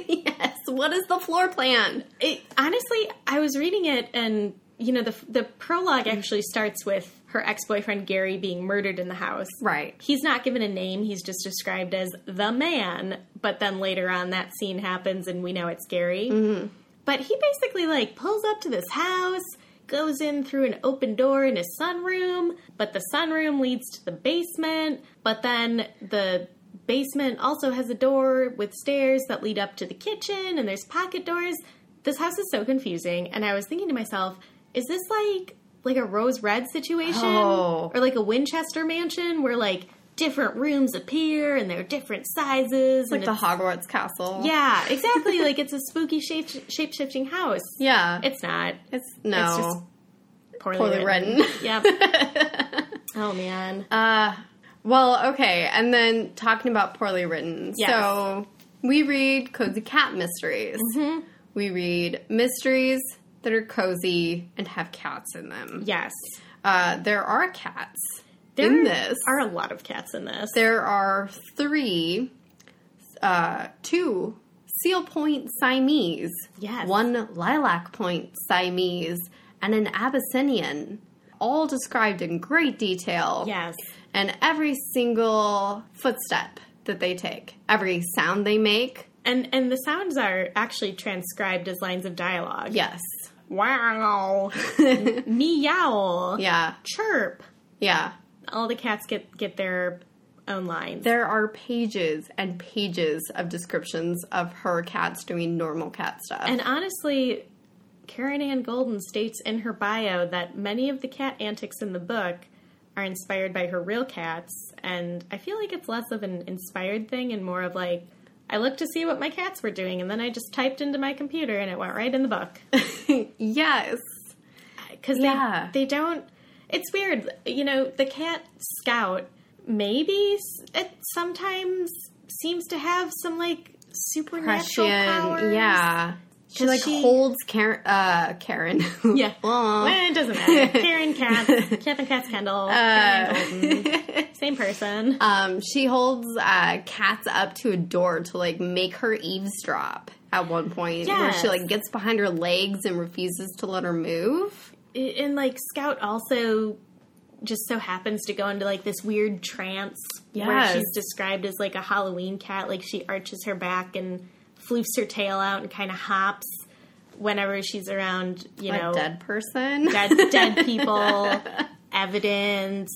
S2: yes. What is the floor plan?
S1: it, honestly, I was reading it, and you know, the the prologue actually starts with her ex boyfriend Gary being murdered in the house.
S2: Right.
S1: He's not given a name. He's just described as the man. But then later on, that scene happens, and we know it's Gary. But he basically like pulls up to this house, goes in through an open door in his sunroom. But the sunroom leads to the basement. But then the basement also has a door with stairs that lead up to the kitchen, and there's pocket doors. This house is so confusing, and I was thinking to myself, is this like like a Rose Red situation?
S2: Oh.
S1: or like a Winchester mansion where like different rooms appear and they're different sizes.
S2: Like
S1: and
S2: the
S1: it's-
S2: Hogwarts castle.
S1: yeah, exactly. like it's a spooky shape shape shifting house.
S2: Yeah.
S1: It's not.
S2: It's no.
S1: It's just poorly,
S2: Poorly
S1: written.
S2: written.
S1: yep. oh man.
S2: uh well, okay. And then talking about poorly written.
S1: Yes.
S2: So we read cozy cat mysteries.
S1: Mm-hmm.
S2: We read mysteries that are cozy and have cats in them.
S1: yes.
S2: Uh, there are cats
S1: There
S2: in this.
S1: are a lot of cats in this.
S2: There are three, uh, two seal point Siamese,
S1: Yes.
S2: one lilac point Siamese, and an Abyssinian, all described in great detail.
S1: yes.
S2: And every single footstep that they take, every sound they make.
S1: And and the sounds are actually transcribed as lines of dialogue.
S2: Yes.
S1: Wow. Meow.
S2: Yeah.
S1: Chirp.
S2: Yeah.
S1: All the cats get get their own lines.
S2: There are pages and pages of descriptions of her cats doing normal cat stuff.
S1: And honestly, Karen Ann Golden states in her bio that many of the cat antics in the book are inspired by her real cats, and I feel like it's less of an inspired thing and more of like, I looked to see what my cats were doing, and then I just typed into my computer and it went right in the book.
S2: yes.
S1: Because
S2: Yeah.
S1: they, they don't, it's weird. You know, the cat scout maybe s- it sometimes seems to have some like supernatural powers.
S2: Yeah. She
S1: 'Cause
S2: like
S1: she-
S2: holds Karen. Uh, Karen.
S1: Yeah.
S2: Aw.
S1: Well, it doesn't matter. Karen Katz, Catherine Katz Kendall, Karen Golden, same person.
S2: um, she holds uh, cats up to a door to like make her eavesdrop at one point, where
S1: Yes.
S2: she like gets behind her legs and refuses to let her move.
S1: and like Scout also just so happens to go into like this weird trance where
S2: Yes.
S1: she's described as like a Halloween cat. Like she arches her back and floofs her tail out and kind of hops whenever she's around, you
S2: A
S1: know,
S2: dead person.
S1: dead, dead people, evidence.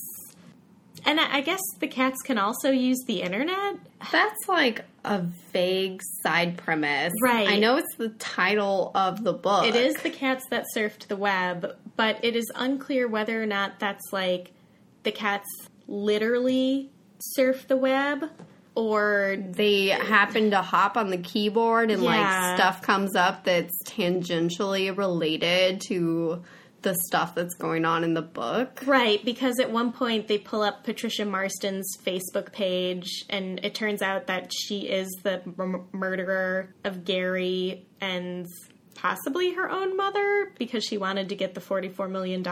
S1: And I I guess the cats can also use the internet.
S2: That's like a vague side premise.
S1: Right.
S2: I know it's the title of the book.
S1: It is the cats that surfed the web, but it is unclear whether or not that's like the cats literally surf the web or
S2: They happen to hop on the keyboard and
S1: Yeah.
S2: like stuff comes up that's tangentially related to the stuff that's going on in the book.
S1: Right, because at one point they pull up Patricia Marston's Facebook page, and it turns out that she is the m- murderer of Gary and possibly her own mother because she wanted to get the $44 million.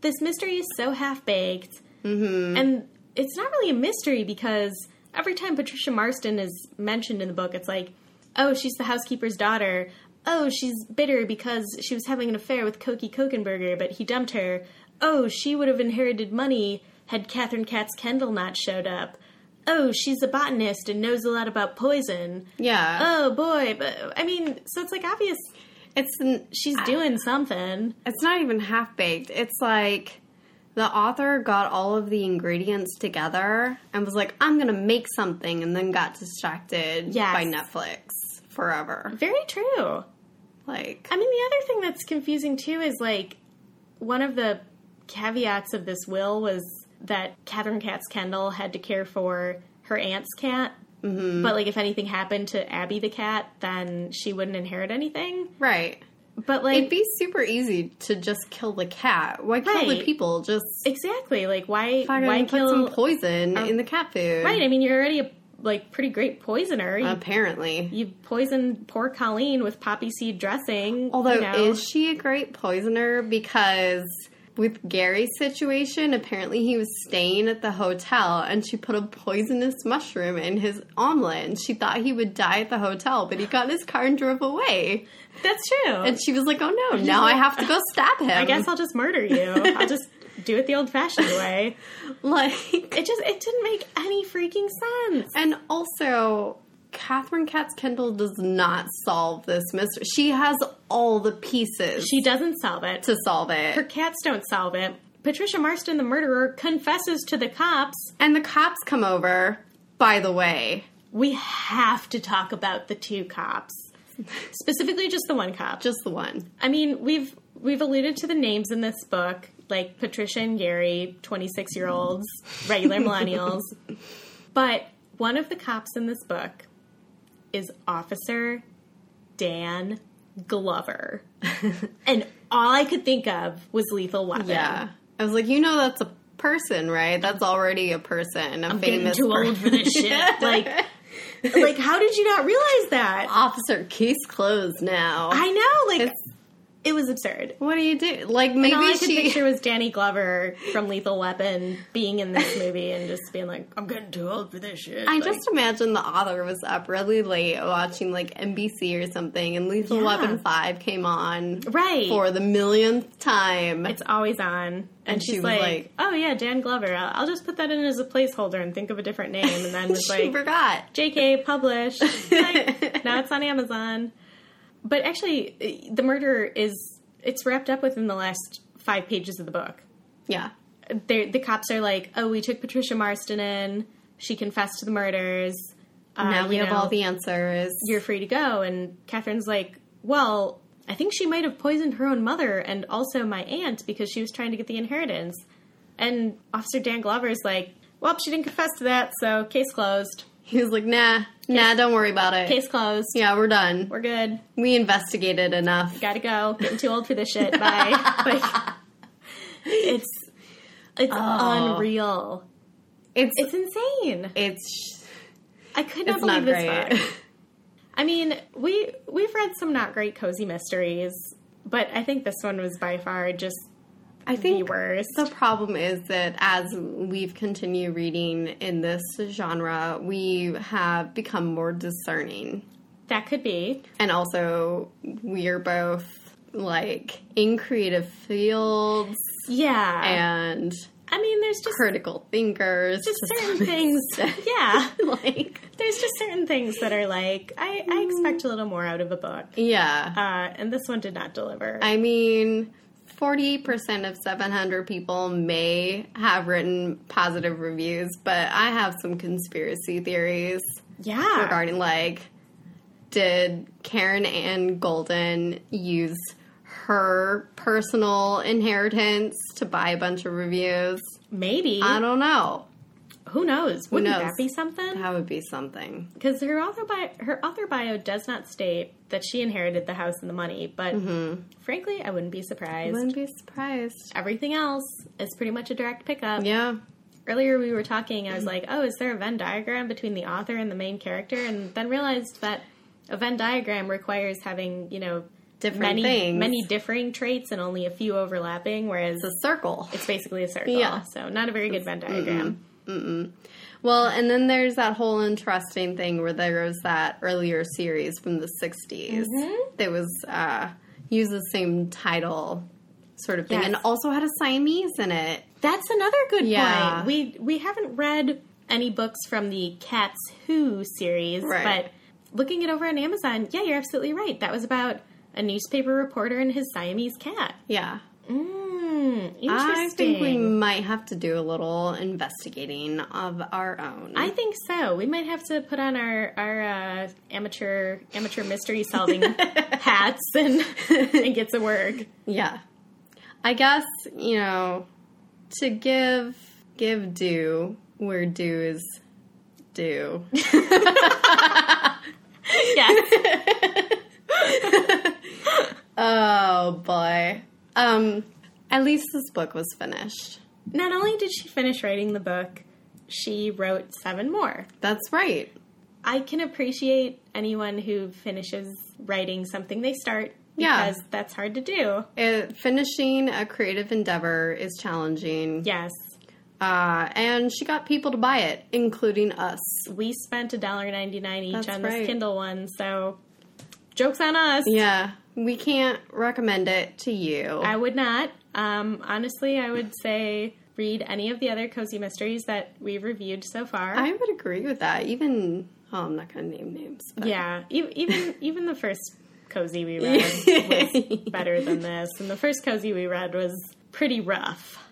S1: This mystery is so half baked, mm-hmm. and it's not really a mystery because every time Patricia Marston is mentioned in the book, it's like, oh, she's the housekeeper's daughter. Oh, she's bitter because she was having an affair with Koki Kokenberger, but he dumped her. Oh, she would have inherited money had Catherine Katz Kendall not showed up. Oh, she's a botanist and knows a lot about poison.
S2: Yeah.
S1: Oh boy, but I mean, so it's like obvious
S2: it's n-
S1: she's doing something.
S2: it's not even half baked. It's like the author got all of the ingredients together and was like, "I'm going to make something," and then got distracted
S1: Yes.
S2: by Netflix forever.
S1: Very true.
S2: Like
S1: I mean, the other thing that's confusing too is like one of the caveats of this will was that Catherine Katz Kendall had to care for her aunt's cat. Mm-hmm. But like, if anything happened to Abby the cat, then she wouldn't inherit anything.
S2: right.
S1: But
S2: It'd
S1: like,
S2: be super easy to just kill the cat. Why kill
S1: Right.
S2: the people? Just
S1: exactly. Like, why?
S2: fucking
S1: Why
S2: put some
S1: kill?
S2: poison in the cat food.
S1: Right. I mean, you're already a like pretty great poisoner. You,
S2: Um, Apparently.
S1: you poisoned poor Colleen with poppy seed dressing.
S2: Although,
S1: you know?
S2: is she a great poisoner? Because with Gary's situation, apparently he was staying at the hotel and she put a poisonous mushroom in his omelet and she thought he would die at the hotel, but he got in his car and drove away.
S1: that's true.
S2: And she was like, oh no, now I have to go stab him.
S1: I guess I'll just murder you. I'll just do it the old-fashioned way.
S2: Like,
S1: It just it didn't make any freaking sense.
S2: And also, Catherine Katz Kendall does not solve this mystery. She has all the pieces
S1: She doesn't solve it.
S2: to solve it.
S1: Her cats don't solve it. Patricia Marston, the murderer, confesses to the cops.
S2: and the cops come over, by the way.
S1: We have to talk about the two cops. Specifically just the one cop.
S2: Just the one.
S1: I mean, we've we've alluded to the names in this book, like Patricia and Gary, 26-year-olds, regular millennials. But one of the cops in this book is Officer Dan Glover. and all I could think of was Lethal Weapon.
S2: Yeah. I was like, you know, that's a person, right? That's already a person, a
S1: Getting
S2: famous
S1: too
S2: per-
S1: old for this shit. like, like, how did you not realize that?
S2: officer. Case closed now.
S1: I know, like,
S2: It's-
S1: it was absurd.
S2: what do you do? Like
S1: And all I
S2: maybe
S1: could
S2: she.
S1: picture was Danny Glover from Lethal Weapon being in this movie and just being like, "I'm getting too old for this shit."
S2: I
S1: Like,
S2: just imagine the author was up really late watching like NBC or something, and Lethal
S1: Yeah.
S2: Weapon Five came on
S1: right.
S2: for the millionth time.
S1: it's always on, and,
S2: And
S1: she's
S2: she was
S1: like,
S2: like-
S1: "Oh yeah, Dan Glover. I'll, I'll just put that in as a placeholder and think of a different name." And then it's
S2: she
S1: like,
S2: forgot.
S1: "JK, publish." Like, now it's on Amazon. But actually, the murder is it's wrapped up within the last five pages of the book.
S2: Yeah.
S1: they the cops are like, "Oh, we took Patricia Marston in. She confessed to the murders. Uh,
S2: now we
S1: you
S2: have
S1: know,
S2: all the answers.
S1: You're free to go." And Catherine's like, "Well, I think she might have poisoned her own mother and also my aunt because she was trying to get the inheritance." And Officer Dan Glover's like, "Well, she didn't confess to that, so case closed.
S2: He was like, nah, nah, don't worry about it.
S1: Case closed.
S2: Yeah, we're done.
S1: We're good.
S2: We investigated enough.
S1: Gotta go. Getting too old for this shit. Bye." like, it's it's
S2: Oh.
S1: unreal.
S2: It's
S1: It's insane.
S2: it's
S1: I could not
S2: it's
S1: believe
S2: not
S1: this book.
S2: great.
S1: I mean, we we've read some not great cozy mysteries, but I think this one was by far just
S2: I
S1: the
S2: think
S1: worst.
S2: the problem is that as we've continued reading in this genre, we have become more discerning.
S1: That could be
S2: And also we're both like in creative fields
S1: yeah.
S2: and
S1: I mean, there's just
S2: critical thinkers.
S1: just certain things. yeah,
S2: like
S1: there's just certain things that are like I, I expect a little more out of a book,
S2: Yeah.
S1: uh, and this one did not deliver.
S2: I mean, 48% of 700 people may have written positive reviews, but I have some conspiracy theories
S1: Yeah.
S2: regarding like did Karen Ann Golden use her personal inheritance to buy a bunch of reviews?
S1: Maybe.
S2: I don't know.
S1: Who knows? Wouldn't
S2: knows?
S1: that be something?
S2: That would be something.
S1: Because her author bio, her author bio does not state that she inherited the house and the money, but
S2: Mm-hmm.
S1: frankly, I wouldn't be
S2: I
S1: surprised.
S2: wouldn't be surprised.
S1: Everything else is pretty much a direct pickup.
S2: Yeah.
S1: Earlier, we were talking. I was like, "Oh, is there a Venn diagram between the author and the main character?" And then realized that a Venn diagram requires having you know
S2: Different
S1: many
S2: things.
S1: many differing traits and only a few overlapping, whereas
S2: It's a circle.
S1: it's basically a circle.
S2: Yeah.
S1: So not a very good Venn diagram.
S2: Well, and then there's that whole interesting thing where there was that earlier series from the 60s
S1: Mm-hmm.
S2: that was uh, used the same title sort of thing
S1: Yes.
S2: and also had a Siamese in it.
S1: That's another good
S2: Yeah.
S1: point. We we haven't read any books from the Cats Who series,
S2: Right.
S1: but looking it over on Amazon, yeah, you're absolutely right. That was about a newspaper reporter and his Siamese cat.
S2: Yeah.
S1: Mm, interesting.
S2: Hmm. I think we might have to do a little investigating of our own.
S1: I think so. We might have to put on our our uh, amateur amateur mystery solving hats and and get to work.
S2: yeah. I guess, you know, to give give due where due is due.
S1: Yes,
S2: Oh boy. Um at least this book was finished.
S1: not only did she finish writing the book, she wrote seven more.
S2: That's right.
S1: I can appreciate anyone who finishes writing something they start
S2: Yeah.
S1: because that's hard to do.
S2: It, finishing a creative endeavor is challenging.
S1: Yes.
S2: Uh, and she got people to buy it, including us.
S1: We spent $1.99 each
S2: That's
S1: on
S2: right.
S1: this Kindle one, so joke's on us.
S2: Yeah. We can't recommend it to you.
S1: I would not. Um, honestly, I would say read any of the other cozy mysteries that we've reviewed so far.
S2: I would agree with that. Even oh, I'm not going to name names. But
S1: yeah, e- even even the first cozy we read was better than this, and the first cozy we read was pretty rough.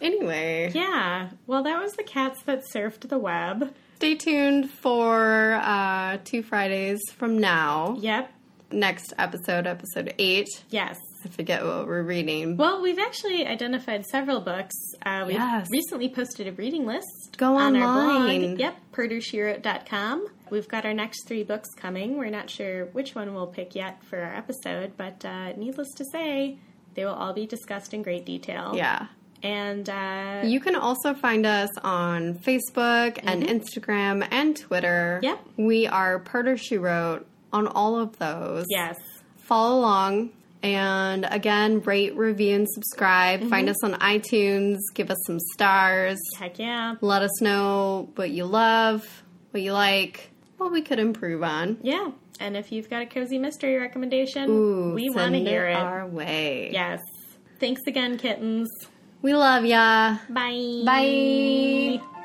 S2: anyway,
S1: Yeah. Well, that was the cats that surfed the web.
S2: stay tuned for uh, two Fridays from now.
S1: Yep.
S2: Next episode, episode eight.
S1: Yes.
S2: I forget what we're reading.
S1: Well, we've actually identified several books. Uh, we
S2: Yes.
S1: have recently posted a reading list.
S2: Go
S1: on Our
S2: online.
S1: blog. Yep, perdershiro.com. We've got our next three books coming. We're not sure which one we'll pick yet for our episode, but uh, needless to say, they will all be discussed in great detail.
S2: Yeah.
S1: And uh,
S2: You can also find us on Facebook and
S1: Mm-hmm.
S2: Instagram and Twitter.
S1: Yep.
S2: We are Perter She Wrote on all of those.
S1: yes,
S2: Follow along. And again, rate, review, and subscribe.
S1: Mm-hmm.
S2: Find us on iTunes. Give us some stars.
S1: heck yeah.
S2: Let us know what you love, what you like, what we could improve on.
S1: Yeah. And if you've got a cozy mystery recommendation,
S2: Ooh,
S1: we want
S2: send
S1: to hear it.
S2: our way.
S1: yes. Thanks again, kittens.
S2: We love ya.
S1: Bye.
S2: Bye.